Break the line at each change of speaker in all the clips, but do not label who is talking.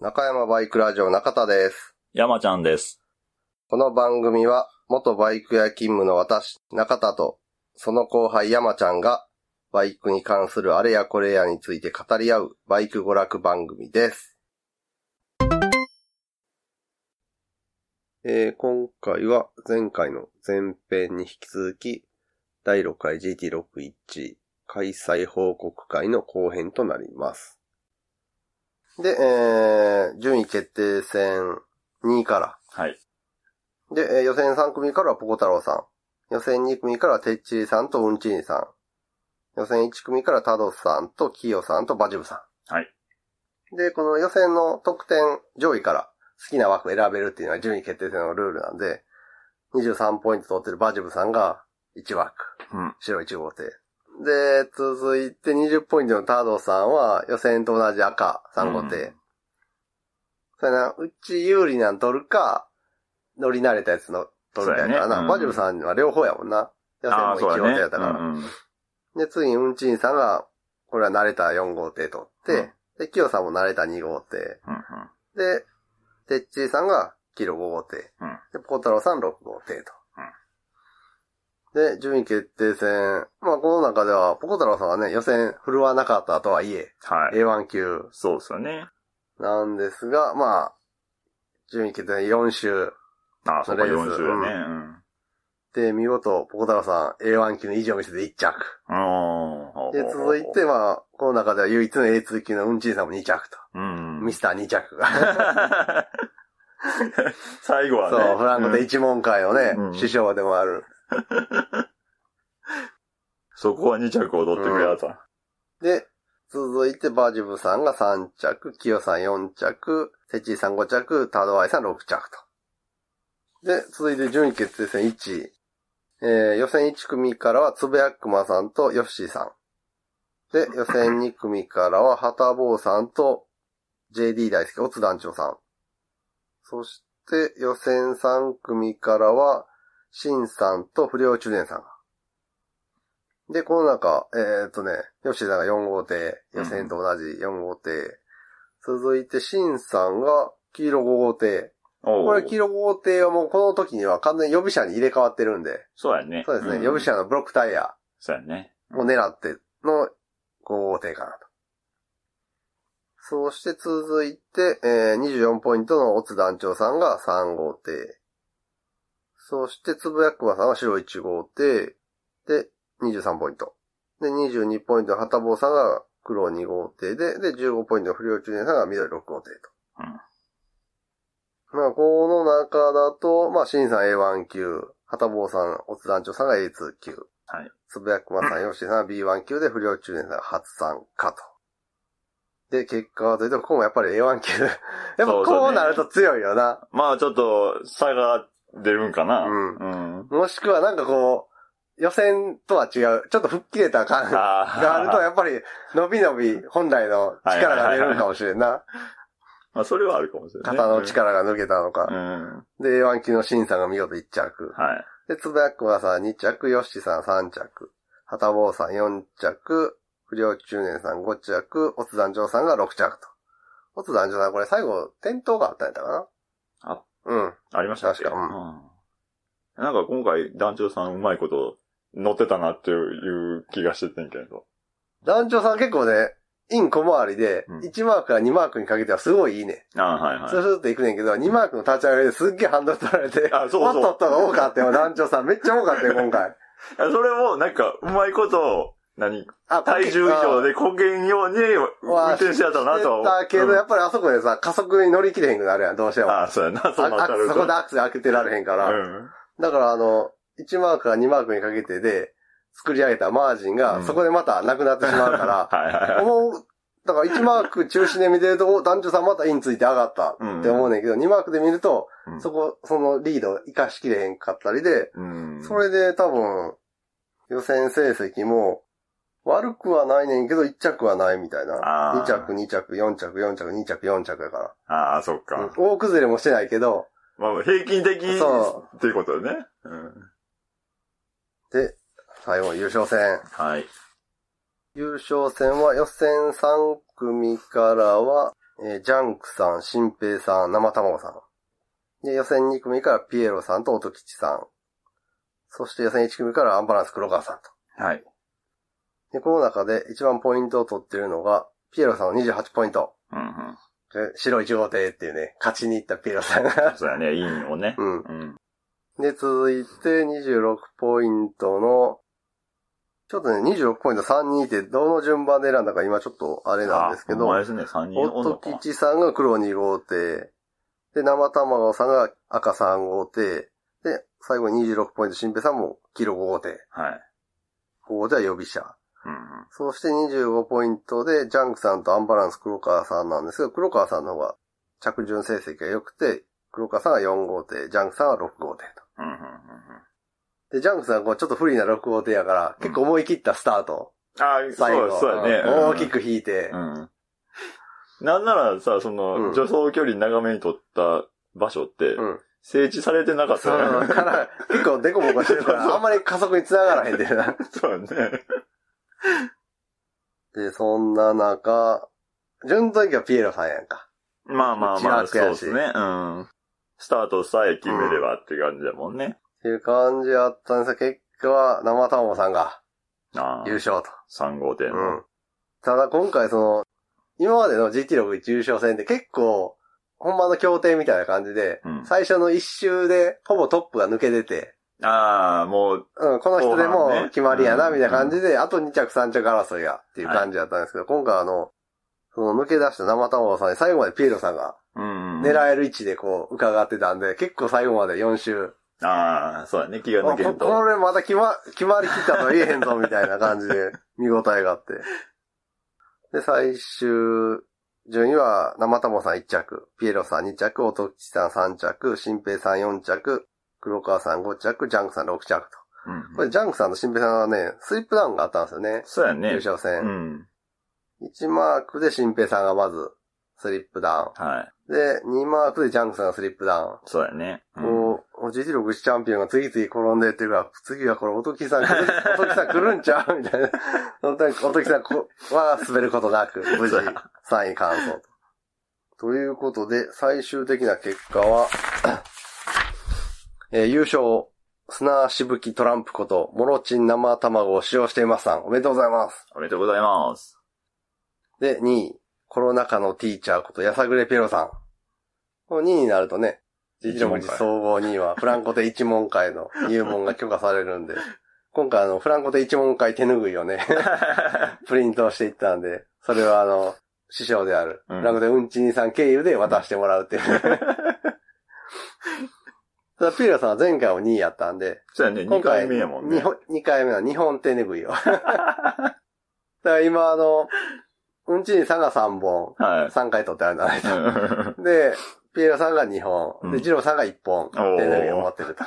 中山バイクラジオ中田です。
山ちゃんです。
この番組は、元バイク屋勤務の私、中田と、その後輩山ちゃんが、バイクに関するあれやこれやについて語り合う、バイク娯楽番組です。えー今回は、前回の前編に引き続き、第6回 GT61 開催報告会の後編となります。で、えー順位決定戦2位から、
はい。
で、えー予選3組からはポコ太郎さん。予選2組からはてっちりさんとうんちりさん。予選1組からタドスさんとキヨさんとバジブさん。
はい。
で、この予選の得点上位から好きな枠選べるっていうのは順位決定戦のルールなんで、23ポイント取ってるバジブさんが1枠。
うん。
白1号艇。で、続いて20ポイントのタドさんは予選と同じ赤3号艇。
うん
それな、うち有利なん取るか、乗り慣れたやつの取るみたいな
そうやね
な。
うん
バジルさんは両方やもんな。予
ああ、
選
そ
も
う
1号艇や
だね
っ。たから。
うんうん
で、次にうんちんさんが、これは慣れた4号艇取って、
うん
で、キヨさんも慣れた2号艇。
うんうん
で、てっちーさんがキロ5号艇。
うん
で、ポコ太郎さん6号艇と。で、順位決定戦。まあ、この中では、ポコ太郎さんはね、予選振るわなかったとはいえ、
はい。
A1 級
そうですよね。
なんですが、まあ、順位決定戦4周。
ああ、そこ
それです
40よね。うん。
で、見事、ポコ太郎さん A1 級の以上見せて1着。
ああ。
で、続いて、まあ、この中では唯一の A2 級のうんちんさんも2着と。
うん。
ミスター2着が。
最後はね。
そう、フランコで
うん
一問会のね、
うん
師匠でもある。
そこは2着を取ってくれた。
で、続いてバジブさんが3着、キヨさん4着、セチーさん5着、タドアイさん6着と。で、続いて順位決定戦1位。えー、予選1組からはつぶやくまさんとヨッシーさん。で、予選2組からははたぼうさんと JD 大好きオツ団長さん。そして予選3組からはシンさんと不良中年さんが。で、この中、えーっとね、ヨッシーさんが4号艇、予選と同じ4号艇。続いてシンさんが黄色5号艇。
おう
これ黄色5号艇はもうこの時には完全に予備車に入れ替わってるんで。
そうやね。
そうですね、
ん
予備。車のブロックタイヤ
そうやね。
を狙っての5号艇かなと。そして続いて、えー24ポイントのオツ団長さんが3号艇。そして、つぶやくまさんは白1号艇。で、23ポイント。で、22ポイントのはたぼうさんが黒2号艇で、で、15ポイントの不良中年さんが緑6号艇と。まあ、この中だと、まあ、シンさん A1 級、はたぼうさん、オツ団長さんが A2 級。
はい。
つぶやくまさん、ヨッシーさんは B1 級で不良中年さんが初参加と。で、結果はというと、ここもやっぱり A1 級。やっぱ
そうそうね
こうなると強いよな。
まあちょっと、差が出るんかな。
うん
うん。
もしくはなんかこう、予選とは違う、ちょっと吹っ切れた感が
あー
あると、やっぱり、伸び伸び本来の力が出るんかもしれんな。
まあそれはあるかもしれない。
肩の。力が抜けたの
う
か。
ん。は
で、A1 級の審査が見事1着。
い。
で、つぶやくまさん2着、よっしさん3着、はたぼうさん4着、不良中年さん5着、おつ団長さんが6着と。おつ団長さんこれ最後、転倒があったんやったかな
あ
うん。
ありましたっけ
確か
うん。なんか今回、団長さんうまいこと乗ってたなっていう気がしててんけど。
団長さん結構ね、イン小回りで
うん、
1マークから2マークにかけてはすごいいいね。
ああはいはい
そう。すると行くねんけど、2マークの立ち上がりですっげえハンドル取られて、
あそうそ
お
う
っとっとが多かったよ、団長さん。めっちゃ多かったよ、今 回。
あそれも、なんか、うまいこと、何
あ
体重以上でこけんように運転してやったなとは思う。
だけど、やっぱりあそこでさ、加速に乗り切れへんくなるやん、どうして
うん
も。あ
ああ、そうやな、そうな
アク
った
セ
る
そこでアクセル開けてられへんから。
うん。
だから、あの、1マークから2マークにかけてで、作り上げたマージン
う
が、
ん
そこでまたなくなってしまうか
はい はい
ら、
はい。
思う、だから1マーク中止で見てると、お団長さんまたインついて上がったって思うねんけど、2マークで見ると
う、ん
そこ、そのリード生かしきれへんかったりで、
うん。
それで多分、予選成績も、悪くはないねんけど、1着はないみたいな。
あー
2着、2着、4着、4着、2着、4着やか
ああ、そっ
ら。うん
か。
大崩れもしてないけど、
まあ、平均的
そ
っていうことだね。うん。
で、最後優勝戦。
はい。
優勝戦は予選3組からは、えージャンクさん、新平さん、生卵さん。で、予選2組からピエロさんと音吉さん。そして予選1組からアンバランス黒川さんと。
はい。
で、この中で一番ポイントを取ってるのが、ピエロさんの28ポイント。
うんうん。
で白1号艇っていうね、勝ちに行ったピエロさん が。
そうやね、インをね。
うん。
うん。
で、続いて26ポイントの、ちょっとね、26ポイント32ってどの順番で選んだか今ちょっとあれなんですけ
あほんま
ど、
ですね、3人おんの
夫
か。
吉さんが黒2号艇、で、生卵さんが赤3号艇、で、最後に26ポイント、新平さんも黄色5号艇、
はい。
5号艇は予備車。
うんうん。
そして25ポイントで、ジャンクさんとアンバランス黒川さんなんですけど、黒川さんの方が着順成績が良くて、黒川さんが4号艇、ジャンクさんが6号艇
うんうんうんうん。
と。で、ジャンクさんはこうちょっと不利な6号艇やから、
うん
結構思い切ったスタート。
ああ、
最
そ
後。
う、そうやね。
うん
うん
大きく引いて
う。ん。なんならさ、その、
うん
助走距離長めに取った場所って、
うん
整地されてなかっ
そう、
たよ
だ
ね。
から、結構デコボコしてるか
そうそ
ら、
う
あんまり加速に繋がらへんでな。
そうやね。
で、そんな中、順当にはピエロさんやんか。
まあまあま
内
あ、
枠
そう
や
で
し
すね。うん。スタートさえ決めればって感じだもんね。
っていう感じやったんですが、結果は生卵さんが
ああ
優、勝と。
3号店
う
の。
ん。ただ今回その、今までの GT61 優勝戦って結構、ほんまの協定みたいな感じで、
うん
最初の一周でほぼトップが抜け出て、
ああ、もう、
うん、この人で
後半
も
ね
決まりやな、
うん
みたいな感じで、あと2着3着争いがっていう感じだったんですけど、今回あの、その抜け出した生卵さんに最後までピエロさんが
うん。
狙える位置でこう伺ってたんで、結構最後まで4周。
ああ、そうやね。気が
あ
抜け
こ
ん。
ことれまた決ま、決まりきったとは言えへんぞ、みたいな感じ で、見応えがあって。で、最終順位は、生友さん1着、ピエロさん2着、おときさん3着、新平さん4着、黒川さん5着、ジャンクさん6着と。
うん
これ、ジャンクさんと新平さんはね、スイップダウンがあったんですよね。
そうや
優
ね。
勝
う
戦。
ん。
1マークで新平さんがまず、スリップダ
はい。
ウン。で、2マークでジャンクさんがスリップダウン。
そうやね。うん
こう、GT61 チャンピオンが次々転んでっていうから、次はこれ、おときさん来る、 おときさん来るんちゃうみたいな。本当に、おときさんこは滑ることなく、無事、3位完走と。ということで、最終的な結果は、 えー優勝、砂しぶきトランプこと、モロチン生卵を使用していますさん、おめでとうございます。
おめでとうございます。
で、2位、コロナ禍のティーチャーこと、やさぐれペロさん。この2位になるとね、一文字総合2位は、フランコで一問会の入門が許可されるんで、 今回あの、フランコで一問会手拭いを ね、プリントしていったんで、それはあの、師匠である、
うん
フランコでうんちにさん経由で渡してもらうっていう。 ただピーラさんは前回も2位やったんで、
そうやね。2回目やもんね
日。本二回目の日本手拭いを。だ から今あの、うんちにさんが3本、
はい。
3回取ってあるんじゃないですか
うん
で、ピエロさんが2
う
本、
ん
で、ジローさんが1本、手
おー
拭いを持ってると。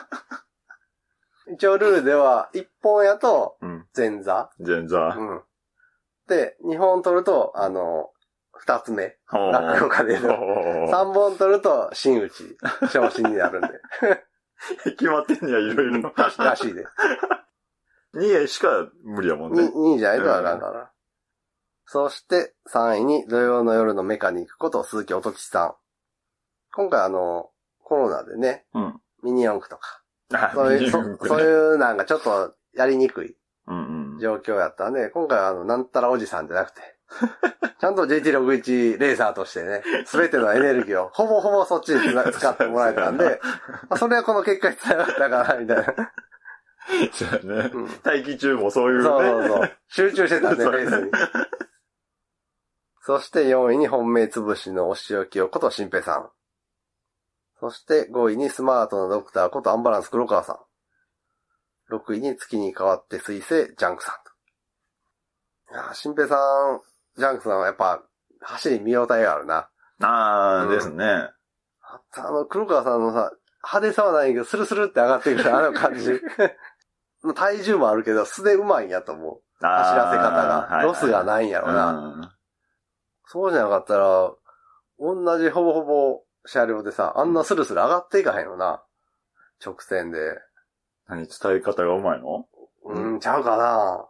一応ルールでは、1本やと
うん。
前座。
前座
う。ん。で、2本取ると、あの、2つ目。
ほう
落語家で言うと。
ほう
3本取ると、真打ち、昇進にな るんで。
決まってんねや、いろいろ。
らしいで。
2位しか無理やもんね。
2位じゃないとはなんかな。そして、3位に土曜の夜のメカニックこと鈴木おときさん。今回あの、コロナでね、
うん。
ミニ四駆とか、
あ
そうい
二
う、
位
そ
うん
そういうなんかちょっとやりにくい
うんうん。
状況やったんで、今回はあの、なんたらおじさんじゃなくて、 ちゃんと JT61 レーサーとしてね、すべてのエネルギーを ほぼほぼそっちにつな使ってもらえたんで、まあ、それはこの結果につながったかな、みたいな。
そうやね
うん。
待機中もそういうね。
そうそうそう。集中してたんで、
そ
レ
うね
ースに。そして4位に本命潰しのお仕置きをこと新平さん。そして5位にスマートなドクターことアンバランス黒川さん。6位に月に代わって水星ジャンクさんと。いやー新平さん、ジャンクさんはやっぱ走り見応えがあるな。
ああ、
うん
ですね。
あとあの、黒川さんのさ、派手さはないけど、スルスルって上がっていくる、あの感 じ。もう体重もあるけど、素でうまいんやと思う。走らせ方が。ロスが
い
ないんや
や
ろな。そうじゃなかったら、同じほぼほぼ車両でさ、あんなスルスル上がっていかへんよな。直線で。
何、伝え方がうまいの
うん、ちゃうかな。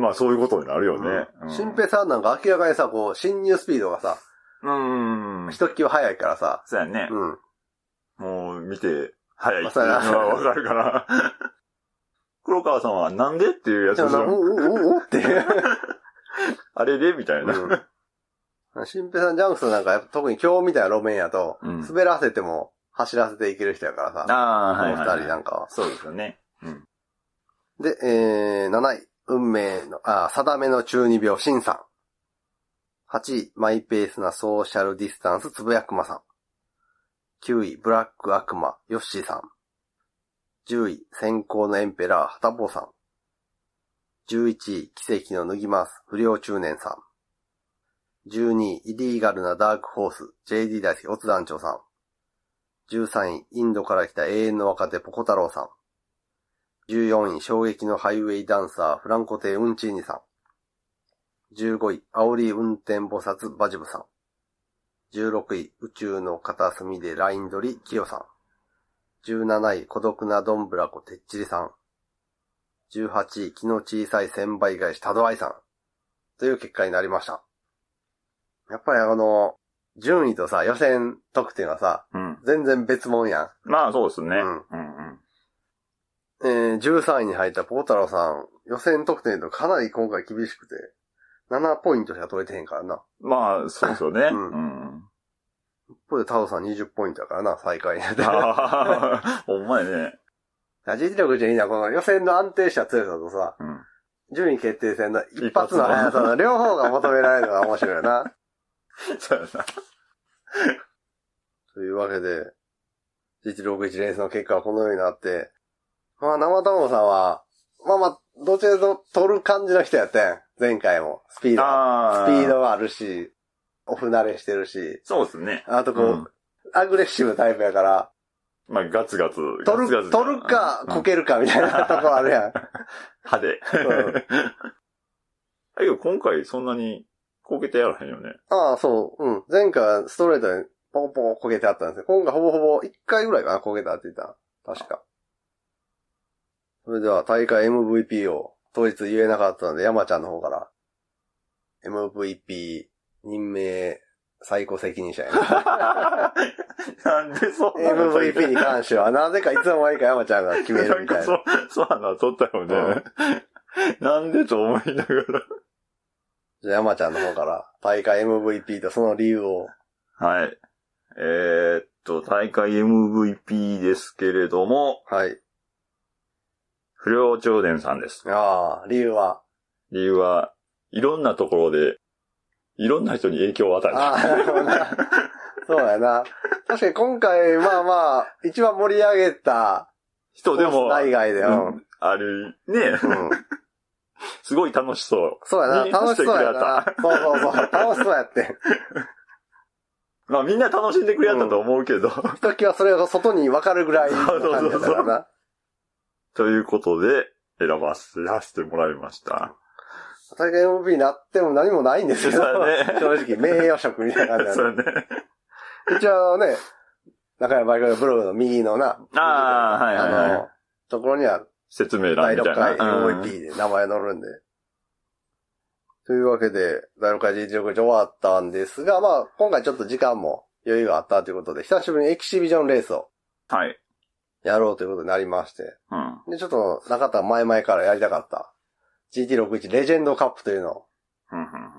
まあ、そういうことになるよね。うん
新平さんなんか明らかにさ、こう、進入スピードがさ、
うん。
一気は早いからさ。
そうやね。
うん。
もう見て、早いってい
そ
う
う
の
やな
はわかるから。 黒川さんはなんでっていうやつ
じゃあ、
でし
お
ょ
おおおって。
あれでみたいな。
うん。新平さん、ジャンクスなんか、やっぱ特に今日みたいな路面やと、
うん
滑らせても走らせていける人やからさ。
ああ、
こ
は
の
い、
二
はい。
人なんかは。
そうですよね。うん。
で、えー、7位、運命の、あ、定めの中二病、シンさん。8位、マイペースなソーシャルディスタンス、つぶやくまさん。9位、ブラック悪魔、ヨッシーさん。10位、先行のエンペラー、はたぼうさん。11位、奇跡の脱ぎます、不良中年さん。12位、イリーガルなダークホース、JD 大好き、オツ団長さん。13位、インドから来た永遠の若手、ポコ太郎さん。14位、衝撃のハイウェイダンサー、フランコテ・ウンチーニさん。15位、煽り運転菩薩、バジブさん。16位、宇宙の片隅でライン取り、キヨさん。17位、孤独なドンブラコ、てっちりさん。18位、気の小さい千倍返し、タドアイさん。という結果になりました。やっぱりあの、順位とさ、予選得点はさ、
うん。
全然別もんやん。
まあ、そうですね。
う
うんん。うん。
えー、13位に入ったポータローさん、予選得点とかなり今回厳しくて、7ポイントしか取れてへんからな。
まあ、そうですよね。
う
うんん。
一方でタオさん20ポイントだからな、最下位で。
ああ、 ほんまやね。
実力じゃいいな、この予選の安定した強さとさ、
うん。
順位決定戦の一
一発
発の
の
速さの両方が求められるのが面白いよな。
そうやな。
というわけで、161レースの結果はこのようになって、まあ生卵さんは、まあまあ、どちらかというと取る感じの人やったやん。前回も。スピードは。
あ
ス
あ。
ピー。ドはあるし、オフ慣れしてるし、
そうですね。
あとこう、
うん
アグレッシブなタイプやから、
まあ、ガツガツ。
取
ガツガツ
る、取るか、こ。けるかみたいなとこあるやん。
うん 派手。だけど、今回そんなにこけてやらへんよ ね。
ああ、そう、うん。前回はストレートにポコポコこけてあったんですよ。今回ほぼほぼ1回ぐらいかな、こけたって言ったの確か。それでは大会 MVP を当日言えなかったので、山ちゃんの方から、MVP 任命最高責任者やね
なんでそんなこと言う
MVP に関しては、なぜかいつの間にか山ちゃんが決めるみたい
な
な。
んかそ、そうな、取ったよね。なんでと思いながら。
じゃあ山ちゃんの方から、大会 MVP とその理由を、
はい。えーっと、大会 MVP ですけれども、
はい。
不良長伝さんです。
ああ、理由は。
理由は、いろんなところで、いろんな人に影響を与え
ああ、なるほどな。そうやな。確かに今回、まあまあ、一番盛り上げた、
人でも、
内外で、う。
うんんある、ね、
うん
すごい楽しそう。
そうや な。
ね
楽しそうやな。そうそうそう。楽しそうやって。
まあみんな楽しんでくれやったと思うけ ど。
ひときわそれが外に分かるぐらいの感じだったからな。
ということで、選ばせらせてもらいました。
大会 MVP になっても何もないんですけど、
そうやね
正直、名誉職みたいな感じなん
そ
で
れね。
一応ね、中山バイクのブログの右のな、
ああ、はい
あ
はいはい。
の、ところには
説明欄
第
みた
6
いな。
回 MVP で名前載るんで。というわけで、第6回 G16 上終わったんですが、まあ、今回ちょっと時間も余裕があったということで、久しぶりにエキシビジョンレースを
うんはい。
やろうということになりまして、
うん。
で、ちょっと中田は前々からやりたかった GT61 レジェンドカップというのを、
うんうんうん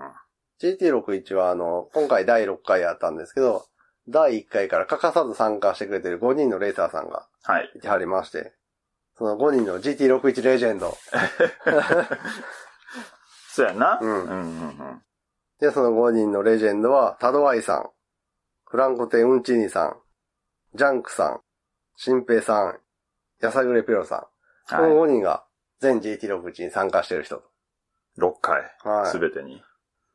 GT61 はあの、今回第6回やったんですけど、第1回から欠かさず参加してくれてる5人のレーサーさんが
はい。
いてはりまして、その5人の GT61 レジェンド、
そうやな。
うん
うんうん
で、その5人のレジェンドは、タドアイさん、フランコテ・ウンチーニさん、ジャンクさん、シンペイさん、ヤサグレピロさん。こ
うん。
の
はい。
5人が全 GT61 に参加してる人
6回。
と。は
すべてに。
い。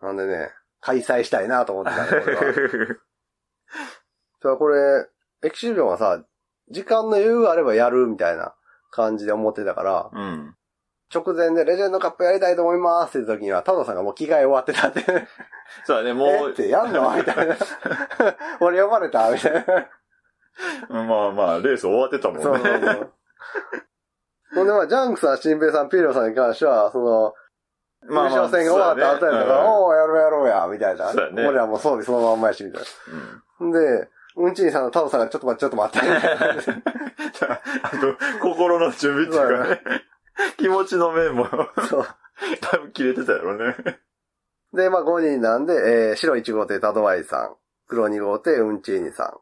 なんでね、開催したいなと思ってたんでこれは ただこれ、エキシビジョンはさ、時間の余裕があればやるみたいな感じで思ってたから、
うん。
直前でレジェンドカップやりたいと思いますって時には、タドさんがもう着替え終わってたって。
そうやね、も
えっ
う。
てやんのみたいな。 俺呼ばれたみたいな。
うん まあまあ、レース終わってたもん ね。
そうそうそう。ほんで、まあ、ジャンクさん、シンペイさん、ピーロさんに関しては、その、優勝戦が終わった後やったから、
そ
おーやろうやろうや、みたいな。
そうやね
俺らもう装備そのまんまやし、みたい
うんうん
な。で、うんちんさんのタオさんがちょっと待って、ちょっと待 って。
あと、心の準備っていうかね、気持ちの面も、
そう。
多分切れてたやろね。
で、まあ5人なんで、えー白1号艇タドワイさん、黒2号艇ウンチーニさん、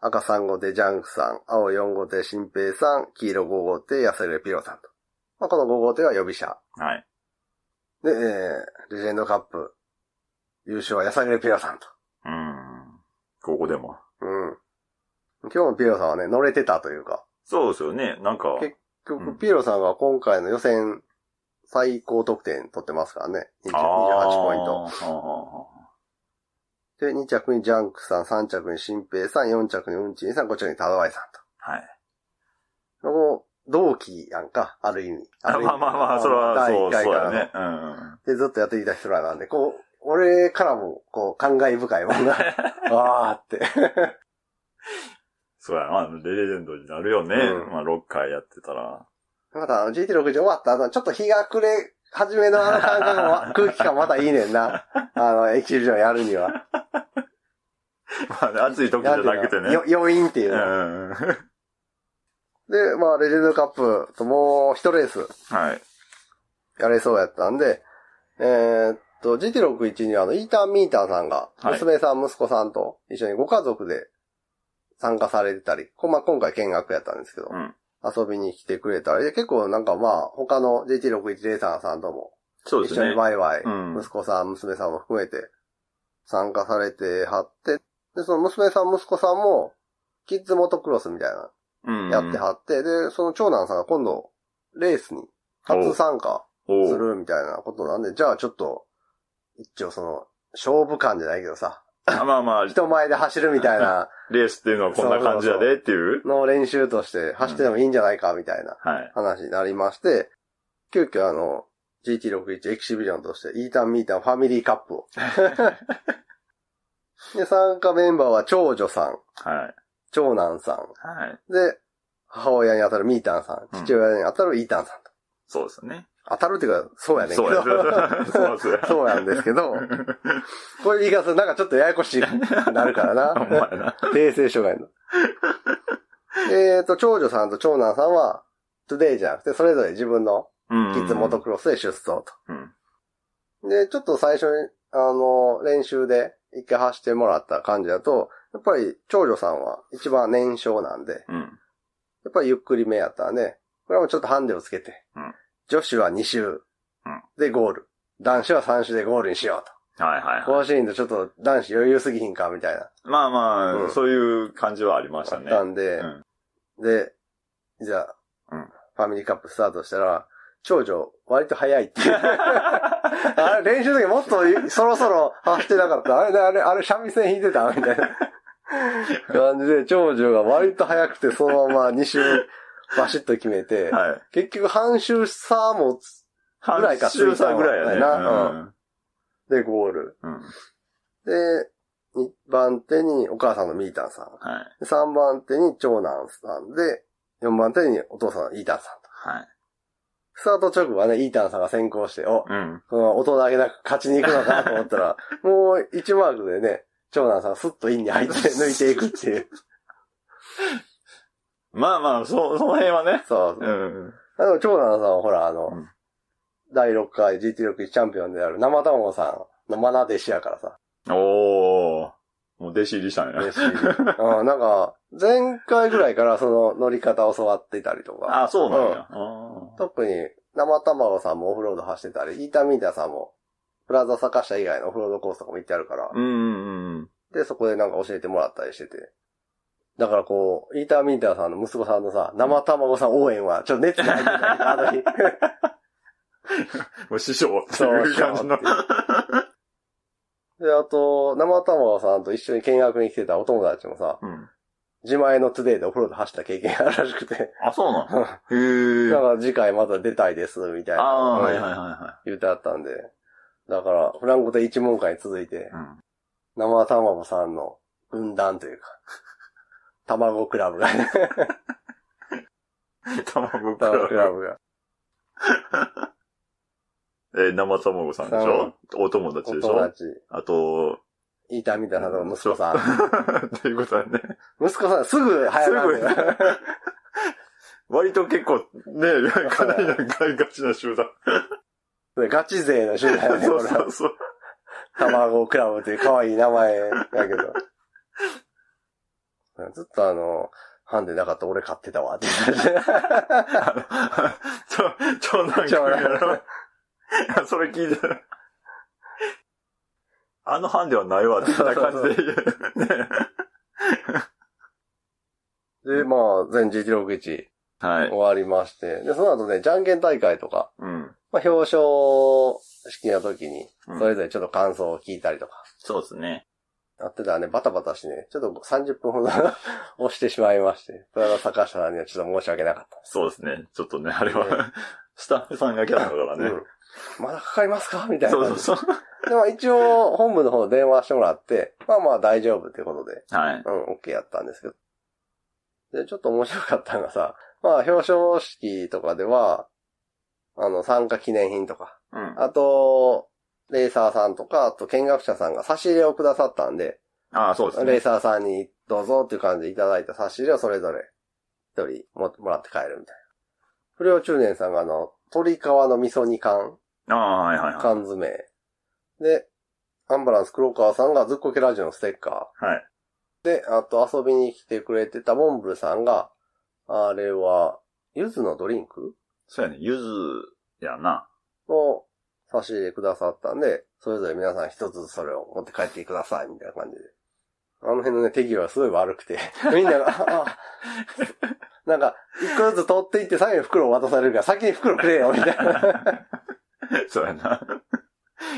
赤3号艇ジャンクさん、青4号艇新平さん、黄色5号艇安瀬ピロさんと。まあこの5号艇は予備車。
はい。
で、えーレジェンドカップ、優勝は安瀬ピロさんと。
うん。ここでも。
うん。今日もピロさんはね、乗れてたというか、
そうですよね。なんか、
結結
うん
局ピロさんは今回の予選最高得点取ってますからね。20 28ポイント。
ト。
で、2着にジャンクさん、3着に新平さん、4着にウンチンさん、5着にタドワイさん
はい。
と。もう、同期やんか、ある意味。
あ
る意味
まあまあまあ、それは、
第1
そう、そ
回
う
から
や
の
ね。うん。
で、ずっとやってきた人らなんで、こう、俺からも、こう、感慨深い もんな。わーって。
そうやな、レジェンドになるよね。
うん
まあ、6回やってたら。
また、あの GT60 終わった後、ちょっと日が暮れ、始めのあの感覚も わ、空気感またいいねんな。あの、エキシビジョンやるには。
まあね、暑い 時じゃなく てね。
よ余韻っていううの。
ん。
で、まあ、レジェンドカップともう一レース。
はい。
やれそうやったんで、えーっと、GT61 にはあの、イーターミーターさんが、
はい
娘さん、息子さんと一緒にご家族で参加されてたり、こまあ、今回見学やったんですけど、
うん
遊びに来てくれたりで、結構なんかまあ、他の GT61 レーサーさんとも、
そうで
一
す
緒
ね
に。ワイワイ、
うん
息子さん、娘さんも含めて参加されてはって、で、その娘さん、息子さんも、キッズモトクロスみたいな
うん
のやってはって、で、その長男さんが今度、レースに初参加。
お
す
う
るみたいなことなんで、じゃあちょっと、一応その、勝負感じゃないけどさ、
あまあまあ、
人前で走るみたいな
レースっていうのはこんな感じやでっていう。
のを練習として走ってもいいんじゃないかみたいな
はい。
話になりまして、急遽あの、GT61 エキシビジョンとして、イータンミータンファミリーカップを。 で、参加メンバーは長女さん、
はい。
長男さん、
はい。
で、母親に当たるミータンさ
うん
ん、父親に当たるイータンさんと。
そうですね。
当たるっていうか、そうやねんけ
そうや
ど。
そうで す
そうなんですけど、これ言い方するとなんかちょっとややこしいなるから
ほん
な。
まやな。
訂正障害の。えっと、長女さんと長男さんは、トゥデイじゃなくて、それぞれ自分の
うん
キッズモトクロスで出走
うん。
と。で、ちょっと最初に、あの、練習で一回走ってもらった感じだと、やっぱり長女さんは一番年少なんで、
うん。
やっぱりゆっくりめやったんで、これはもうちょっとハンデをつけて、
うん
女子は2周
うん
でゴール、男子は3周でゴールにしようと。
はいはいは
このシーンでちょっと男子余裕すぎひんかみたいな、
い。まあまあ、
うん
そういう感じはありまし
あ
た
っ
ね。
たんで、
うん
で、じゃあ、
うん
ファミリーカップスタートしたら、長女、割と早いっていう。 あれ、練習の時もっとそろそろ走ってなかった。あれ、あれ、あれ、三味線弾いてたみたいな感じで、長女が割と早くて、そのまま2周、バシッと決めて、
はい。
結局半周差もつ、ぐらいか
半周差ぐらいやね。
なで、ゴール。
うん。うん。
で、2番手にお母さんのミータンさん。
はい。
3番手に長男さんで、4番手にお父さん、イータンさんと。
はい。
スタート直後はね、イータンさんが先行して、お、
うん。
この大人げなく勝ちに行くのかなと思った ら、もう1マークでね、長男さんスッとインに 入って抜いていくっていう。
まあまあ、そ、その辺はね。
そう。
うん。
あの、長男さんはほら、あの、
うん
第6回 GT61 チャンピオンである生卵さんのマナー弟子やから さ。
おー。もう弟子入りしたんや
弟
ね。
子うん、なんか、前回ぐらいからその乗り方を教わってたりとか。
あ、そうなん
うん
や。あ
特に生卵さんもオフロード走ってたり、イーターミーターさんも、プラザ坂下以外のオフロードコースとかも行ってあるから
ー、うんうんうん。
で、そこでなんか教えてもらったりしてて。だからこう、イーターミーターさんの息子さんのさ、生卵さん応援は、ちょっと熱が入ってたり、あ の日。
もう師匠って
そう
いう感じの。
で、あと、生卵さんと一緒に見学に来てたお友達もさ、
うん。
自前のトゥデイでオフロード走った経験があるらしくて、
あ、そうなんへえ。
だから次回また出たいです、みたい
ああー、はい
な、
はい
うん
はいは
言うてあったんで。だから、フランコで一問会に続いて
い。、うん。
生卵さんの軍団というか、卵クラブが ね、
卵クラ
卵クラ
ブ。
ブが。
えー生卵さんでしょお友 達
お
でし
友
ょ
達。
あと、
いたみたいな、息子 さん。
っていうことだね。
息子さん、すぐ早
す
ま
ぐ
る。、
割と結構、ね、かなりのガイガチな集団。
ガチ勢の集団やね、
そ
こ
う
れ
そ
は。
うそう。
卵クラブっていう可愛い名前だけど。 ずっとあの、ハンデなかった俺買ってたわって言ってたし
あの ちょ、長男君やろ。あそれ聞いてる。あの班ではないわ、みたいな感じで言う。ね。
で、まあ、全1161終
はい。
わりまして。で、その後ね、じゃんけん大会とか、
うん。
まあ、表彰式の時に
うん、
それぞれちょっと感想を聞いたりとか、
そうですね。
やってたらね、バタバタしてね、ちょっと30分ほど 押してしまいまして、それは坂下さんにはちょっと申し訳なかった。
そうですね。ちょっとね、あれ
ね
は、スタッフさんが来たからね。
うん、まだかかりますかみたいな
そ
感
う
じで。
そうそう。
でも一応、本部の方電話してもらって、まあまあ大丈夫ってことで、
はい。
うん、OK やったんですけど。で、ちょっと面白かったのがさ、まあ表彰式とかでは、あの、参加記念品とか、
うん。
あと、レーサーさんとか、あと見学者さんが差し入れをくださったんで、
ああ、そうです
レー
ね。
サーさんにどうぞっていう感じでいただいた差し入れをそれぞれ、一人ももらって帰るみたいな。不良中年さんがあの、鳥皮の味噌煮缶
ああ、はいはいは
缶詰。で、アンバランス黒川さんがズッコケラジオのステッカ
い。はい。
ー。で、あと遊びに来てくれてたモンブルさんが、あれは、柚子のドリンク
そうやね。ゆずやな。
を差し入れくださったんで、それぞれ皆さん一つずつそれを持って帰ってください、みたいな感じで。あの辺のね、手際がすごい悪く て、みんなが、ああなんか、一個ずつ取っていって最後に袋を渡されるから、先に袋くれよ、みたいな。
そうやな。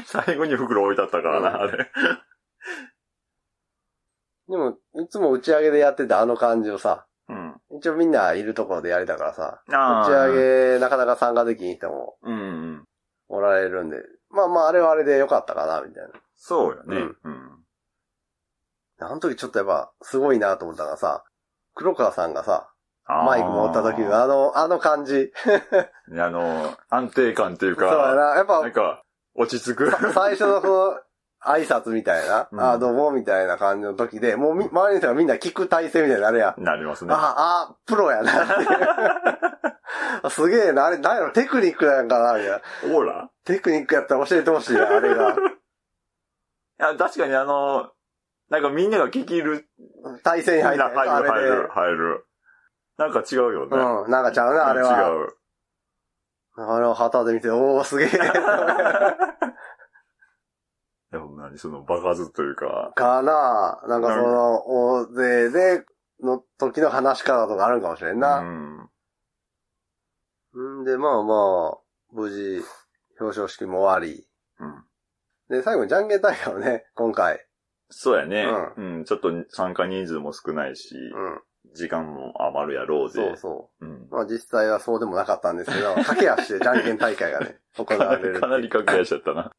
最後に袋置いてあったからな、あれ。
でも、いつも打ち上げでやってたあの感じをさ、
うん。
一応みんないるところでやりたからさ、打
ああ
ち上げなかなか参加できん人も
うんうん。
おられるんで、まあまああれはあれでよかったかな、みたい
そうよね。
うん
うん。
な。あの時ちょっとやっぱすごいなと思ったのがさ、黒川さんがさ、
あー
マイク持った時のあの、あの感じ。
ねあの、安定感っていう
そうや
か、
な。やっ
な
ぱ
んか、落ち着く。
最初のこの挨拶みたいな、
うん
あーどうもみたいな感じの時で、もうみ周りの人がみんな聞く体制みたいになるやん。
なりますね。
ああ、プロやな っていう。すげえな、あれ、なんやろ、テクニックなんかな、みたいな。
オーラ
テクニックやったら教えてほしいな、あれが。
いや、確かにあの、なんかみんなが聞き入る。
対戦に入
入
っ
る、
て
入
あ
る、入
れで
る、。入る。なんか違うよね。
うん、なんかちゃうな、あれは。
違う。
あれを旗で見て、おー、すげえ。
いや、ほんまにその場数というか、
かななんかその、大勢で、の時の話し方とかあるんかもしれん
う
な。
ん。
んで、まあまあ、無事、表彰式も終わり。
うん
で、最後にじゃんけん大会をね、今回。
そうやね。
う
うん。ちょっと参加人数も少ないし、
うん。
時間も余るやろうぜ。
そうそ
うん
う。まあ実際はそうでもなかったんですけど、駆け足でじゃんけん大会がね、行
か
われ
な
るってい
り、
う。
かなり掛け合いしちゃったな。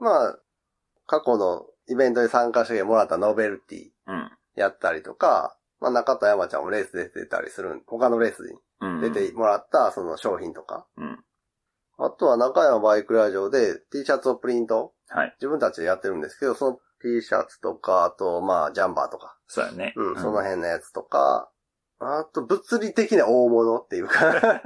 まあ、過去のイベントに参加してもらったノベルティ
うん。
やったりとか、まあ中田山ちゃんもレース出てたりするん、他のレースに
うん。
出てもらったその商品とか。
うん。
あとは中山バイクラジオで T シャツをプリント、
はい。
自分たちでやってるんですけど、その T シャツとか、あとまあジャンバーとか、
そうやね。
うん、その辺のやつとか、あと物理的な大物っていう か、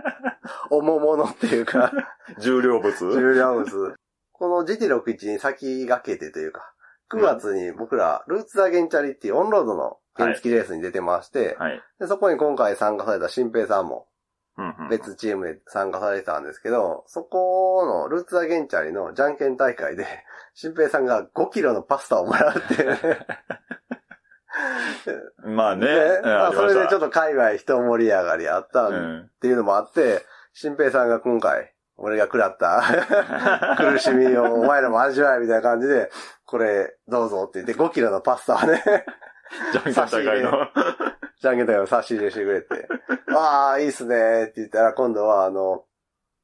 重物っていうか、
重量物
重量物。この GT61 に先駆けてというか、9月に僕ら、ルーツ・ザ・ゲンチャリっていうオンロードの原付レースに出てまして、
はい。
でそこに今回参加された新平さんも
うんうん。
別チームで参加されてたんですけど、そこのルーツ・ザ・ゲンチャリのじゃんけん大会で、 新平さんが5キロのパスタをもらうっていうね。
まあね。
ね
うん
まあ、それでちょっ
っ
と界隈一盛り上がりあった
と
んで
うん。
っ ていうのもあって、新平さんが今回、俺が食らった 苦しみをお前らも味わえみたいな感じで、これどうぞって言って5キロのパスタをね、
じゃんけん高いの。
ジャンケンタイム差し入れしてくれて、ああ、いいっすねーって言ったら今度はあの、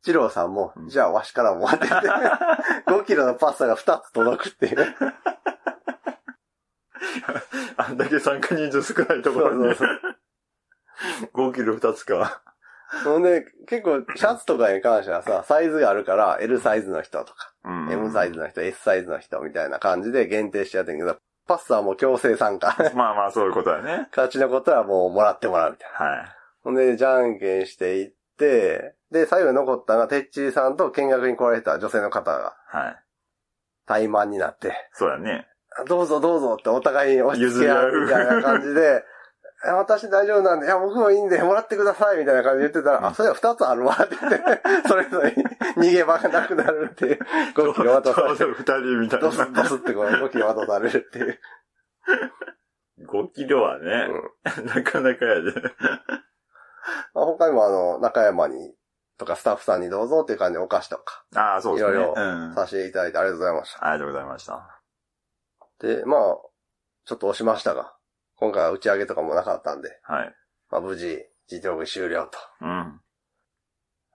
二郎さんも
う、ん
じゃあわしからもって言 って、5キロのパスタが2つ届くっていう。
あんだけ参加人数少ないとこ
そう
ろ
そう
に
そう。
5キロ2つか。
ほんで、結構、シャツとかに関してはさ、サイズがあるから、L サイズの人とか、
うん
M サイズの人、S サイズの人みたいな感じで限定してやってんけど、パスはもう強制参加。
まあまあ、そういうことだね。
勝ちのことはもうもらってもらうみたいな。
は
ほんで、じゃんけんしていって、で、最後に残ったのが、てっちーさんと見学に来られた女性の方が、
い。はい。
怠慢になって、
そうだね。
あどうぞどうぞってお互いに押し付け合
譲り合
う
う
みたいな感じで、いや私大丈夫なんで、いや、僕もいいんで、もらってくださいみたいな感じで言ってたら、
うん
あ、それは二つあるわって言って、それぞれに逃げ場がなくなるって いう、5キロ渡され
ちょ
る。
うど二人みたい
ドスッド
な。
スってこう5キロ渡されるっていう。
5キロはね、 なかなかやで。
まあ、他にもあの、中山に、とかスタッフさんにどうぞっていう感じでお菓子とか
ああ、そうですね。
いろいろ
うん。あ
させていただいてありがとうございました。
りがとうございました。
で、まあ、ちょっと押しましたが、今回は打ち上げとかもなかったんで、
はい。
まあ無事、自動終了と。
うん。
ま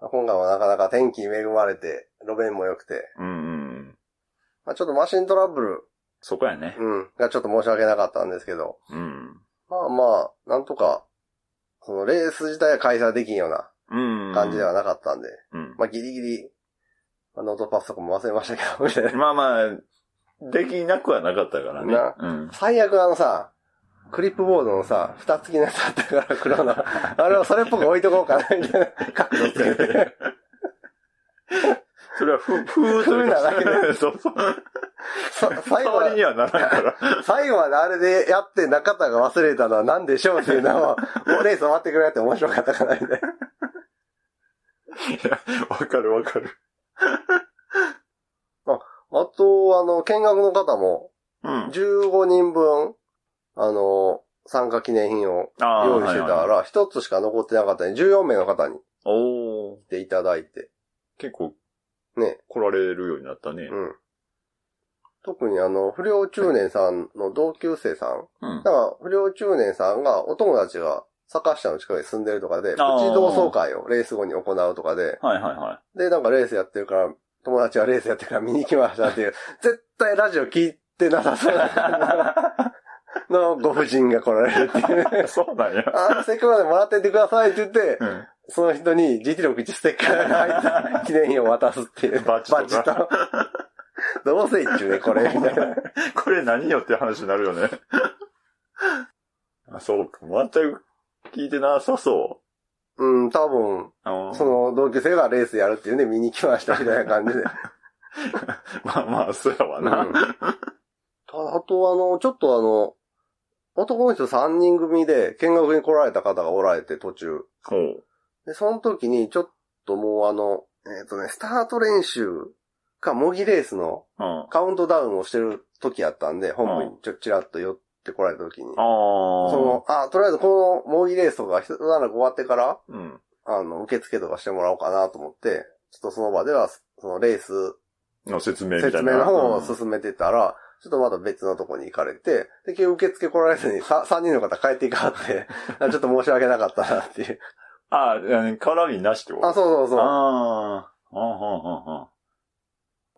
あ今回はなかなか天気に恵まれて、路面も良くて、
うんうんうん。
まあ、ちょっとマシントラブル、
そこやね。
うん、がちょっと申し訳なかったんですけど、
うん。
まあまあ、なんとか、そのレース自体は開催できんような
うん。
感じではなかったんで、
うん。
まあギリギリ、まあノートパスとかも忘れましたけど、みたいな。
まあまあ、できなくはなかったからね。
な
うん。
最悪あのさ、クリップボードのさ、蓋付きのやつあったから黒 の、あれをそれっぽく置いとこうかな、みたいな角度つけて。
それは、ふ、ふーというか
ふーなだけで
そうそう。
そ最
代
後は
わりにはならんから。
最後まであれでやって中田が忘れたのは何でしょうっていうのを、もうレース終わってくれって面白かったかなみたいな。
いやわかるわかる。
あと、あの、見学の方も、
うん。
15人分、あの、参加記念品を
あー
用意してた
はい
か
はい
ら、一つしか残ってなかったんで、14名の方に
おー
来ていただいて、
結構
ね、
来られるようになったね。
うん。特にあの、不良中年さんの同級生さん。
うん
だから、不良中年さんが、お友達が、坂下の近くに住んでるとかで、プチ
あー
同窓会をレース後に行うとかで、
はいはいは
で、なんかレースやってるから、友達がレースやってるから見に来ましたって いう、絶対ラジオ聞いてなさそうなのご婦人が来られるっていう。
い。そうなんや。
あ、せっかくなんでもらってってくださいって言って、
うん。
その人に GT61 ステッカーが入った記念品を渡すっていう。
バッジとか
と。どうせ一中ね、これ、みたいな。
これ何よって話になるよね。あ、そうか。全く聞いてなさそ
うん、多分、
う。あの
その同級生がレースやるっていうんで見に来ましたみたいな感じで。
まあまあ、そうやわ な。
うんただあとあの、ちょっとあの、男の人3人組で見学に来られた方がおられて途中。
ほう。
で、その時にちょっともうあの、えっ、とね、スタート練習か模擬レースの
うん。あ
カウントダウンをしてる時やったんで、本部にちょ、ちらっと寄ってこられた時に。
あ。
その、あ、とりあえずこの模擬レースとか一段落終わってから、
の、うん。
あの、受付とかしてもらおうかなと思って、ちょっとその場では、そのレース、
の説明みたい
説
な。
明の方を
うん
進めてたら、ちょっとまた別のとこに行かれて、で、結局受付来られずにさ3人の方帰っていかはって、 あちょっと申し訳なかったなっていう。
ああ、絡みなしってこと
あ、そうそうそ
ああ。う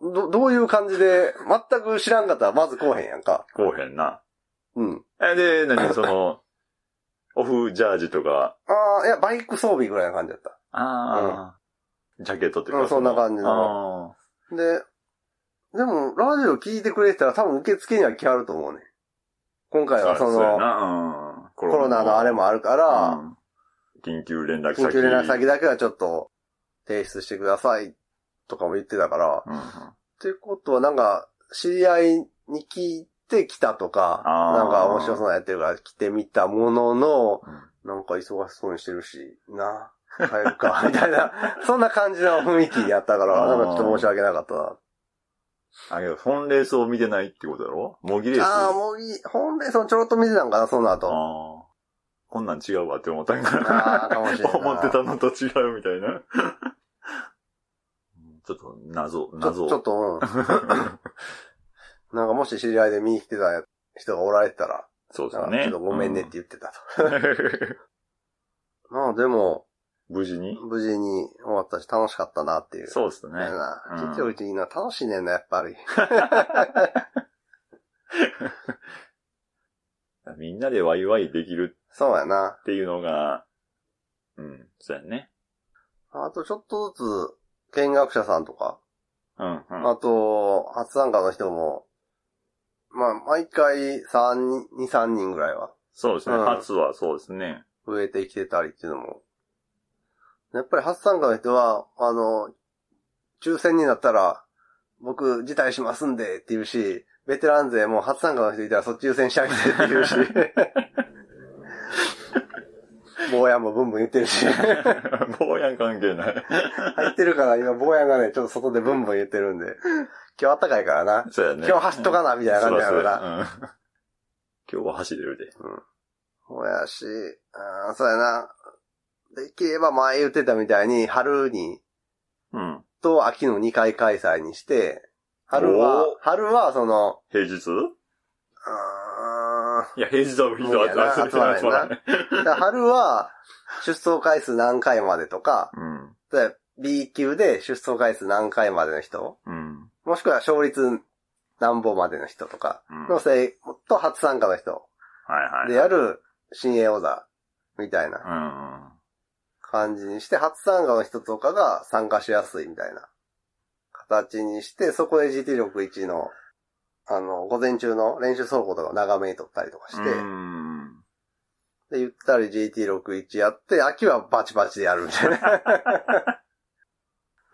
んうんうんうん。
う。ど、どういう感じで、全く知らんかったらまず来おへんやんか。
こうへんな。
うん。
え、で、何そ の、オフジャージとか、
ああ、いや、バイク装備ぐらいな感じだった。
ああ、ジャケットっていう
う
か。
んそんな感じ
の。
で、でも、ラジオ聞いてくれてたら多分受付には来はると思うね。今
あ
回
ー
はその、
の、コ
コロナのあれもあるから、
うん、緊急連絡先。
緊急連絡先だけはちょっと提出してくださいとかも言ってたから、
うんうん。
ってことはなんか、知り合いに聞いて来たとか、
あー
なんか面白そうなのやってるから来てみたものの、
うん
なんか忙しそうにしてるし、な、帰るか、みたいな、 そんな感じの雰囲気やったから、
あ
な
ー
んかちょっと申し訳なかったな。
あ、けど、本レースを見てないってことだろ模擬レース。
ああ、もういい。本来そのちょろっと見てたんかな、その後。
あーこんなん違うわって思ったん
あ
か
ーかもしれんな
思ってたのと違うみたいな。 ちょっと謎、
ちょ
謎。
ちょっ と、うん。なんかもし知り合いで見に来てた人がおられてたら、
そうで
な
す
んか
ね。
ちょっとごめんねって言ってたと。
うん。
まあでも、
無事 に
無事に終わったし楽しかったなっていう。
そうですね。
だよな。
うん
結局うちいいな、楽しいねんな、やっぱり。
みんなでワイワイできる
そうやな
っ。ていうのが、うん、そうやね。
あとちょっとずつ、見学者さんとか、
うん、うん。
あと、初参加の人も、まあ、毎回3人、2、3人ぐらいは
そうですね、
うん
初はそうで すね。
増えてきてたりっていうのも。やっぱり初参加の人は、あの、抽選になったら、僕辞退しますんでって言うし、ベテラン勢も初参加の人いたらそっち優先してあげてって言うし。坊やもブンブン言ってるし。入
坊や関係ない。
ってるから今坊やがね、ちょっと外でブンブン言ってるんで。今日あったかいからな。
そうやね。
今日走っとかな、みたいな感じだからな。
な。うん今日は走れるで。
そうやし、あーそうやな。できれば前言ってたみたいに、春に
うん。
と秋の2回開催にして、春
おー
は、春はその、
平日
う
いや、平日はみんな集まらない。集
そうやな
まらない。
ーんだから春は出走回数何回までとか、
うん。
例えば B 級で出走回数何回までの人、
うん。
もしくは勝率何本までの人とか
うん
のせい、と初参加の人
はいはい。
でやる新栄王座みたいな
うん。
感じにして、初参加の人とかが参加しやすいみたいな形にして、そこで GT 力1の、あの、午前中の練習走行とかを長めに撮ったりとかして、
うん。
で、ゆったり GT61 やって、秋はバチバチでやるみたい な。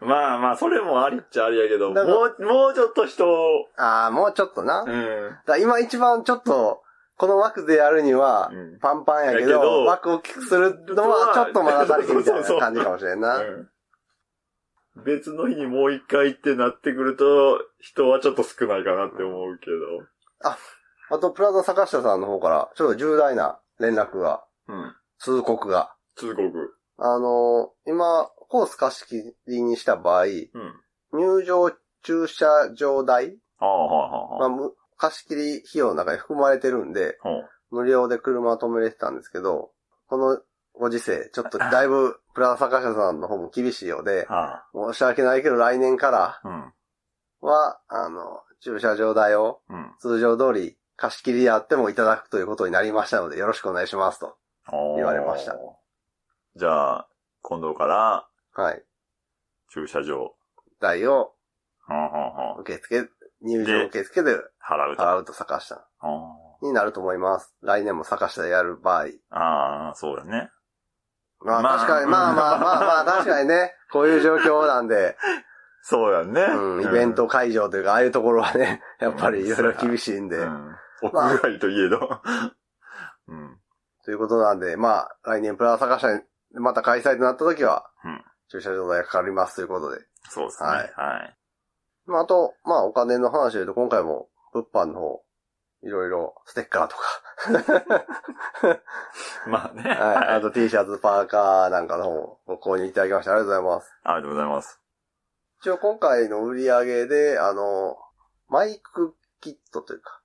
まあまあ、それもありっちゃありやけど、も
だから
う、もうちょっと人を、
ああ、もうちょっとな。
う
だか
ん。
ら今一番ちょっと、この枠でやるには
うん、
パンパンやけ
やけど
ど、枠を大きくするのはちょっとまだ足りひんみたいな感じかもしれんな。
うん別の日にもう一回ってなってくると、人はちょっと少ないかなって思うけど。
あと、プラザ坂下さんの方から、ちょっと重大な連絡が、
うん。
通告が。
通告。
あのー今、コース貸し切りにした場合、
うん。
入場駐車場代、
ああ、はい
まあ、む貸し切り費用の中に含まれてるんで、
はいはい。
無料で車を止めれてたんですけど、このご時世、ちょっとだいぶプラザ坂社さんの方も厳しいようで、
は
申し訳ないけど来年から
あ。うん。
は、あの、駐車場代を
うん。
通常通り貸し切りであってもいただくということになりましたので、よろしくお願いしますと。言われました。
じゃあ、今度から、
はい。
駐車場。
代を
はあはあは
受付、入場受付で
あ払うと。
払うと坂下。
あ
になると思います。来年も坂下でやる場合。
あああ、そうだね。
まあ、
まあ
確かに、まあまあまあま あ、確かにね、こういう状況なんで、
そうやね。
うん、イベント会場というか、ああいうところはね、 やっぱりいろいろ厳しいん
で
で、
屋外といえど。うん。
ということなんで、まあ、来年プラザ坂下にまた開催となった時は
うん、
駐車場代がかかりますということで。
そうですね。
はい
はい。
まあ、あと、まあ、お金の話で言うと、今回も、物販の方、いろいろ、ステッカーとか、
まあね。
はい、
はい
あと T シャツ、パーカーなんかの方もご購入いただきましてありがとうございます。
ありがとうございます。
一応今回の売り上げで、あの、マイクキットというか、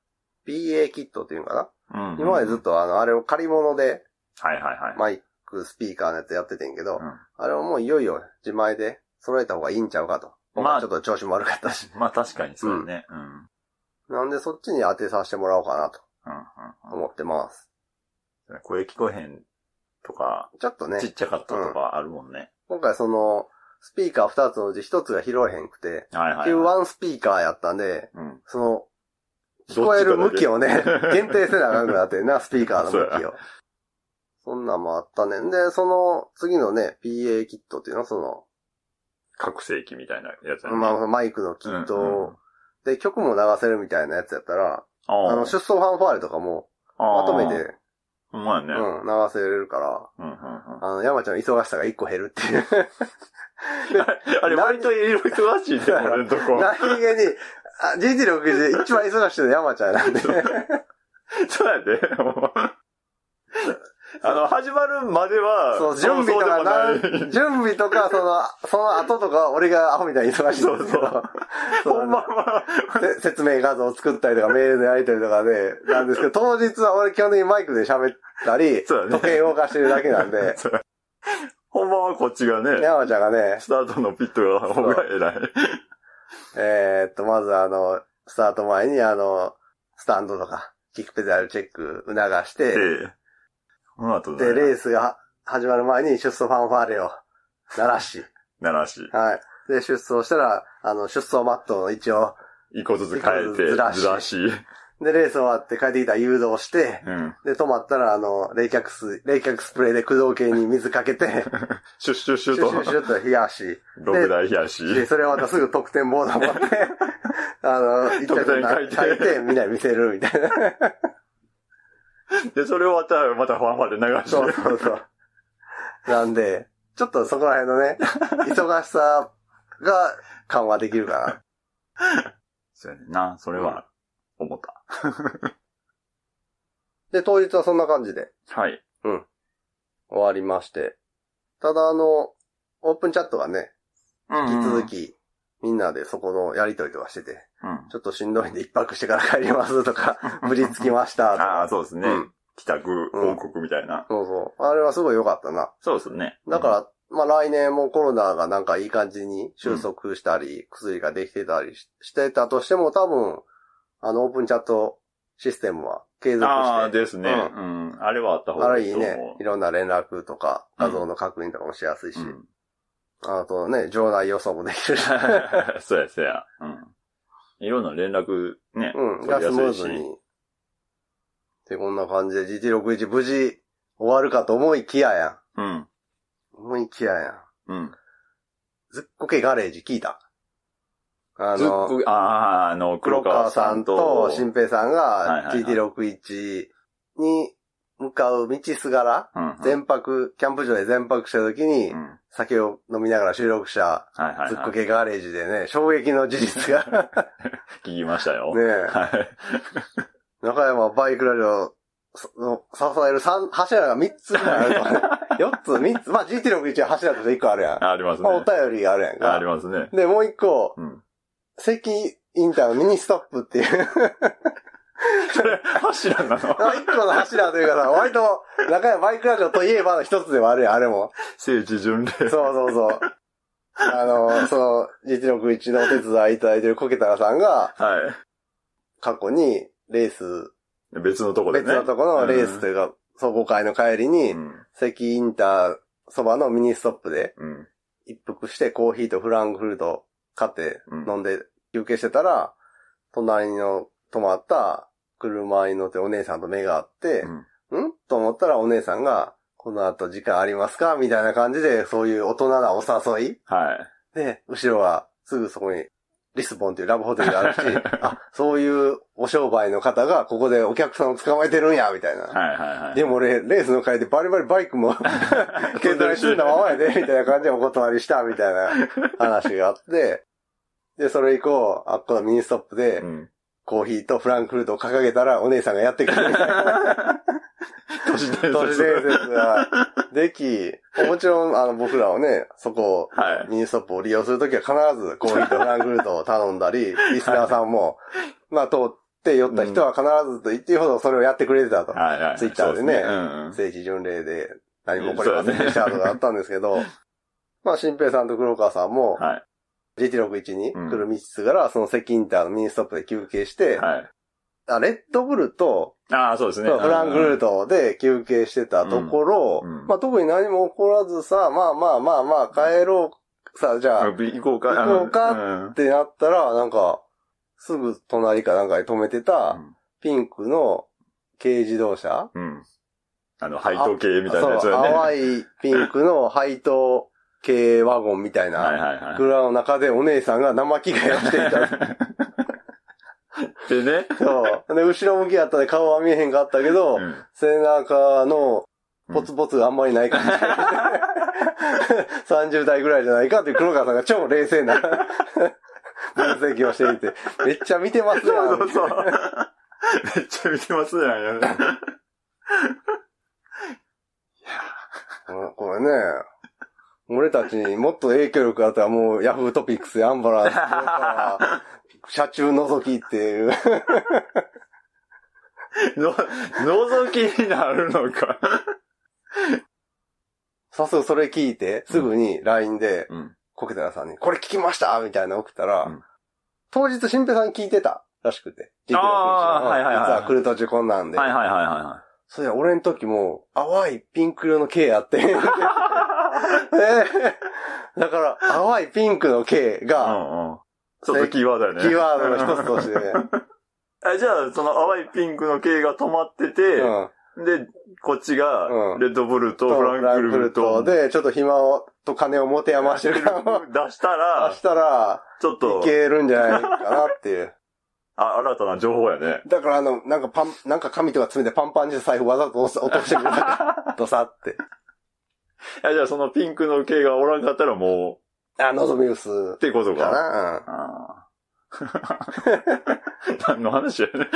PA キットっていうのかな、
うん
今までずっとあの、あれを借り物で、
はいはいはい。
マイク、スピーカーのやつやっててんけど、
うん
あれをもういよいよ自前で揃えた方がいいんちゃうかと。
ま
ま
あ
あちょっと調子も悪かった し。
まあ確かにそうだね。うん。うん。
なんでそっちに当てさせてもらおうかなと
うん
思ってます。
うん。声聞こえへんとか、
ちょっとね
ち、っちゃかったとかあるもんね。
今回その、スピーカー2つのうち1つが拾えへんくて、
はいはいはい。
Q1 スピーカーやったんで、
うん。
その、聞こえる向きをね
どっちかだけ、
限定せなあかんくなってんな、スピーカーの向きを。そんなんもあったねんで、その次のね、PA キットっていうのその、
拡声器みたいなやつやね。
まあ、マイクのキット
うんうん
を、で、曲も流せるみたいなやつやったら、
あー
あの、出走ファンファーレとかも、まとめ。て、
あーほんまや
う
ね。
ん、流せれるから、
うんうんうん
あの、山ちゃんの忙しさが一個減るっていう。
あれ、割といろいろ忙しいね、俺のとこ。
何気に、あ、GT61 で一番忙しいの山ちゃんなんで。
そうやで。あの、始まるまでは、
そう、準備とかな、
そうでもない
準備とか、その、その後とか、俺がアホみたいに忙しいんですけど
そう
そう
ほんまは、
せ説明画像を作ったりとか、メールのやり取りとかで、なんですけど、当日は俺基本的にマイクで喋ったり、
そうだね
時計動かしてるだけなんで、
そうほんまはこっちがね、
山ちゃんがね、
スタートのピットが、ほんが偉い。
えーっと、まずあの、スタート前にあの、スタンドとか、キックペダルチェック促して、
ええ。この後
で、レー
ス。
スが始まる前に出走ファンファーレを奈良市。
奈良市。
はい。で、出走したら、あの、出走マットを一応、
一個ずつ変えて、
一個ずつずらし
ずらし。
で、レース終わって帰ってきたら誘導して、
うん。
で、止まったら、あの、冷却水、冷却スプレーで駆動系に水かけ て、
シュッシュッシ
シ
ュ
ュシュシ
ッ
ュと冷やし、
と、6台冷やし。
で、それをまたすぐ得点ボード持って、 あの、一
得点書い
に
て
書いて、みんなに見せるみたいな。
で、それをまた、またファンファンで流して。
そうそうそう。なんで、ちょっとそこら辺のね、忙しさが緩和できるか
そうやねんな、それは、思った。
な。で、当日はそんな感じで
はい。
終わりまして。ただあの、オープンチャットがね、引き続
き。
き、みんなでそこのやりとりとかしてて、
うん。
ちょっとしんどいんで一泊してから帰りますと か、ぶりつきましたと
あ
か。
あ、そうですね
うん。
帰宅報告みたいな。
そうそう。あれはすごい良かったな。
そうですね。
だから、まあ来年もコロナがなんかいい感じに収束したり、薬ができてたりししてたとしても多分、あのオープンチャットシステムは継続して、
あ
あ
あ、ですね。
う
うん。あれはあった方が
る
いい
意
と
味
思
ね
う、。
いろんな連絡とか画像の確認とかもしやすいし、
うん。
あとね、場内予想もできる し、
そうや、そうや。うん。いろんな連絡ね。
うん、
取
が
り
ス
や
ムー
すいし
ズに。で、こんな感じで GT61 無事終わるかと思いきややん。
うん。
思いきややん。
うん。
ずっこけガレージ聞いた。あ
ずっこああ、あの、
黒
黒
川
川
さ
さ
ん
ん
と
と、
新平さん
はい
が
はいはい
GT61 に向かう道すがら、
うんうん
全泊、キャンプ場で全泊した時に
う、ん
酒を飲みながら収録した、
はいはい
ずっ
は
こ
い。
けガレージでね、衝撃の事実 が。
聞きましたよ。
ねえ
はい。
中山バイクラジオの支える三柱が3つぐらいあ るとね。4つ、3つ。まあ GT61 は柱として1個あるやん。ま
ありますね
あ、お。便りがあるやん
あり
か。
ますね。
で、もう1個、
うん。
関インターのミニストップっていう。
それ、柱なの
あ一個の柱というかさ、割と、中山バイクラジオといえばの一つではあるやん、あれも。
聖地巡礼。
そうそうそう。あの、その、GT61 のお手伝いいただいてるコケタラさんが、
は
過去に、レース、
い。別のとこで
別
ね。
のとこのレースというか、総合会の帰りに
う、ん。
関インターそばのミニストップで、
うん。
一服してコーヒーとフランクフルト買って
うん
飲んで休憩してたら、隣の泊まった車に乗ってお姉さんと目があって、
うん
んと思ったらお姉さんが、この後時間ありますかみたいな感じで、そういう大人なお誘い
はい。
で、後ろはすぐそこに、リスボンっていうラブホテルがあ るし、あ、そういうお商売の方がここでお客さんを捕まえてるんや、みたいな。
はいはいはい。
でも俺、レースの帰りでバリバリバイクも、 携帯済んだままやで、みたいな感じで お断りした、みたいな話があって、で、それ以降、あっこのミニストップで
う、ん。
コーヒーとフランクフルトを掲げたら、お姉さんがやってくるみたいな。
都市伝説。
都市伝説ができ、もちろん、あの、僕らはね、そこ、
はい。
ミニストップを利用するときは必ずコーヒーとフランクフルトを頼んだり、リスナーさんも、まあ、通って寄った人は必ずと言っていいほどそれをやってくれてたと。
はいはい。
ツイッターでね
そうすうんうん。
聖地巡礼で何も起こりませんでしたとかあったんですけど、まあ、新平さんと黒川さんも、
は
GT61 に来る道すがら、その関インターのミニストップで休憩し
い。
て、
はい。
あレッドブルと
ああ、そうですね。
そうフランクフルト
ト。
で休憩してたところ、
うんうん
まあ特に何も起こらずさ、まあまあまあまあ帰ろう、さ、じゃあ、
あ
っ
行こうか。
行こうか
うん
てなったら、なんか、すぐ隣かなんかに止めてた、ピンクの軽自動車
うん。うんあの、配当系みたいなやつ
そう、
だね。はい
淡いピンクの配当軽ワゴンみたい
はい
な、
はい。
車の中でお姉さんが生着替えをしていた。
でね。
そう。で、後ろ向きやったんで顔は見えへんかったけど、
うん
背中のポツポツがあんまりない感じ。30代ぐらいじゃないかっていう黒川さんが超冷静な分析をしていて、めっちゃ見てますや
そ
ん
うそうそう。めっちゃ見てますやんやね。
うんこれね、俺たちにもっと影響力あったらもうヤフートピックスやアンバランスから、車中覗きっていう。
の、覗きになるのか。
早速それ聞いて、すぐに LINE で、
うん。
コケテラさんに、これ聞きましたみたいなの送ったら、
うん
当日新平さんに聞いてたらしくて。聞て
あー
る
はいはいはい
実は来る途中こんなんで。
はいはいはいはいはい。
そりゃ俺の時も、淡いピンク色の毛やって。えだから、淡いピンクの K
う
が、
んうん。ちょっとキーワードやね。
キーワードの一つとして ね。
あじゃあ、その淡いピンクの系が止まってて、
うん。
で、こっちが
う、ん
レッドブルとフランクルフルト
フランクフルトで、ちょっと暇をと金を持て余してる感 を
出した
出
ら、
したら、
ちょっ
い
と、
けるんじゃないかなっていう。
あ、新たな情報やね。
だからあの、なんかパン、なんか紙とか詰めてパンパンにして財布わざと落としてみる。 ドサって。
あじゃあ、そのピンクの系がおらんかったらも
あ、のぞみ薄
う、ってこと
か
か。
な。
あー何の話やね。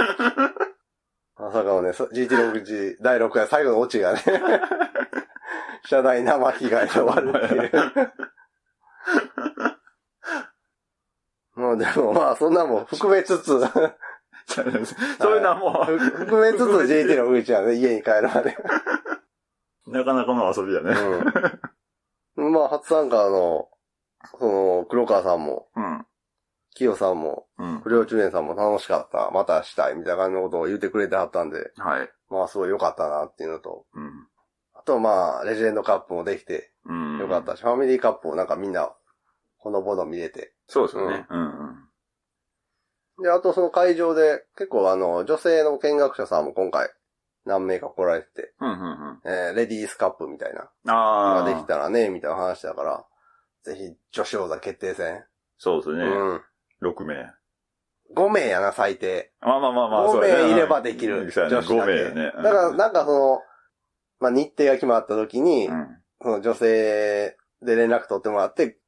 うん。まさかのね、そ GT61 第6回最後のオチがね、 車内生着替えで終わるっていう。もうでもまあそんなもん含めつつ、
そういうのはも
ふ含めつつ GT61 はね、家に帰るまで。
う、なかなかの遊びやね。
うん。まあ初参加の、その、黒川さんも、
うん。
清さんも、
うん。
不良中年さんも楽しかった、またしたい、みたいな感じのことを言ってくれてはったんで、
はい。
まあすごい良かったなっていうのと、
うん。
あとまあ、レジェンドカップもできて
うん。
良かったし、ファミリーカップもなんかみんな、ほのぼの見れて。
そうですよね。うん。うん
で、あとその会場で、結構あの、女性の見学者さんも今回、何名か来られてて、
うんうんうん。
えーレディースカップみたいな、
あ
が
あ。
できたらね、みたいな話だから、ぜひ、女子王座決定戦。
そうですね。
うん。
6名。
5名やな、最低。
まあまあまあまあ、
5
そうやね
名いればでき
う
る。
んそうやね、5名やね。
だから、なんかその、まあ、日程が決まった時に、
うん、
その女性で連絡取ってもらって、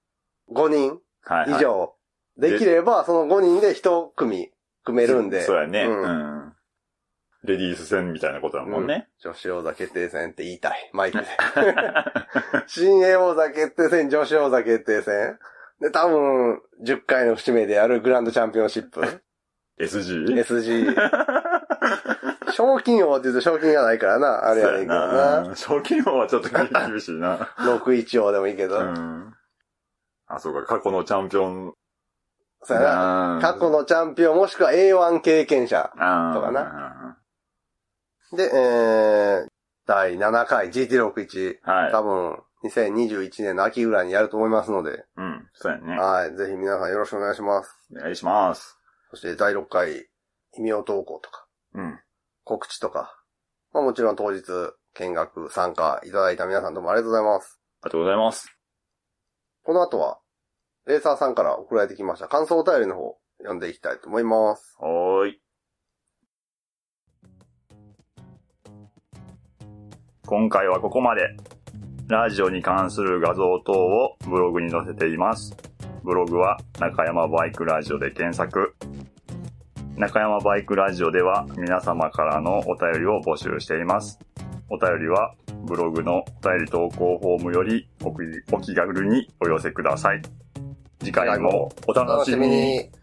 5人
はいはい
以上できれば、その5人で1組組めるんで、
そうやね、
う
うんん。レディース戦みたいなことだもんね。
女子王座決定戦って言いたい。マイクで。 新英王座決定戦、女子王座決定戦。で、多分、10回の節目でやるグランドチャンピオンシップ。
SG?
SG。賞金王って言うと賞金がないからな。あれやねんけどな。
な。賞金王はちょっと厳しいな。
61王でもいいけど。
うん。あ、そうか、過去のチャンピオン。
そうやな。過去のチャンピオンもしくは A1 経験者。
あ
とか
な。
で、えー、第7回 GT61。
は
多分、2021年の秋ぐらいにやると思いますので、
い。うん、そうやね。
はい。ぜひ皆さんよろしくお願いします。
お願いします。
そして第6回、異名投稿とか、
うん。
告知とか、まあもちろん当日、見学、参加いただいた皆さんどうもありがとうございます。
ありがとうございます。
この後は、レーサーさんから送られてきました感想お便りの方、読んでいきたいと思います。
はーい。今回はここまで。ラジオに関する画像等をブログに載せています。ブログは中山バイクラジオで検索。中山バイクラジオでは皆様からのお便りを募集しています。お便りはブログのお便り投稿フォームよりお気お気軽にお寄せください。次回もお楽しみに。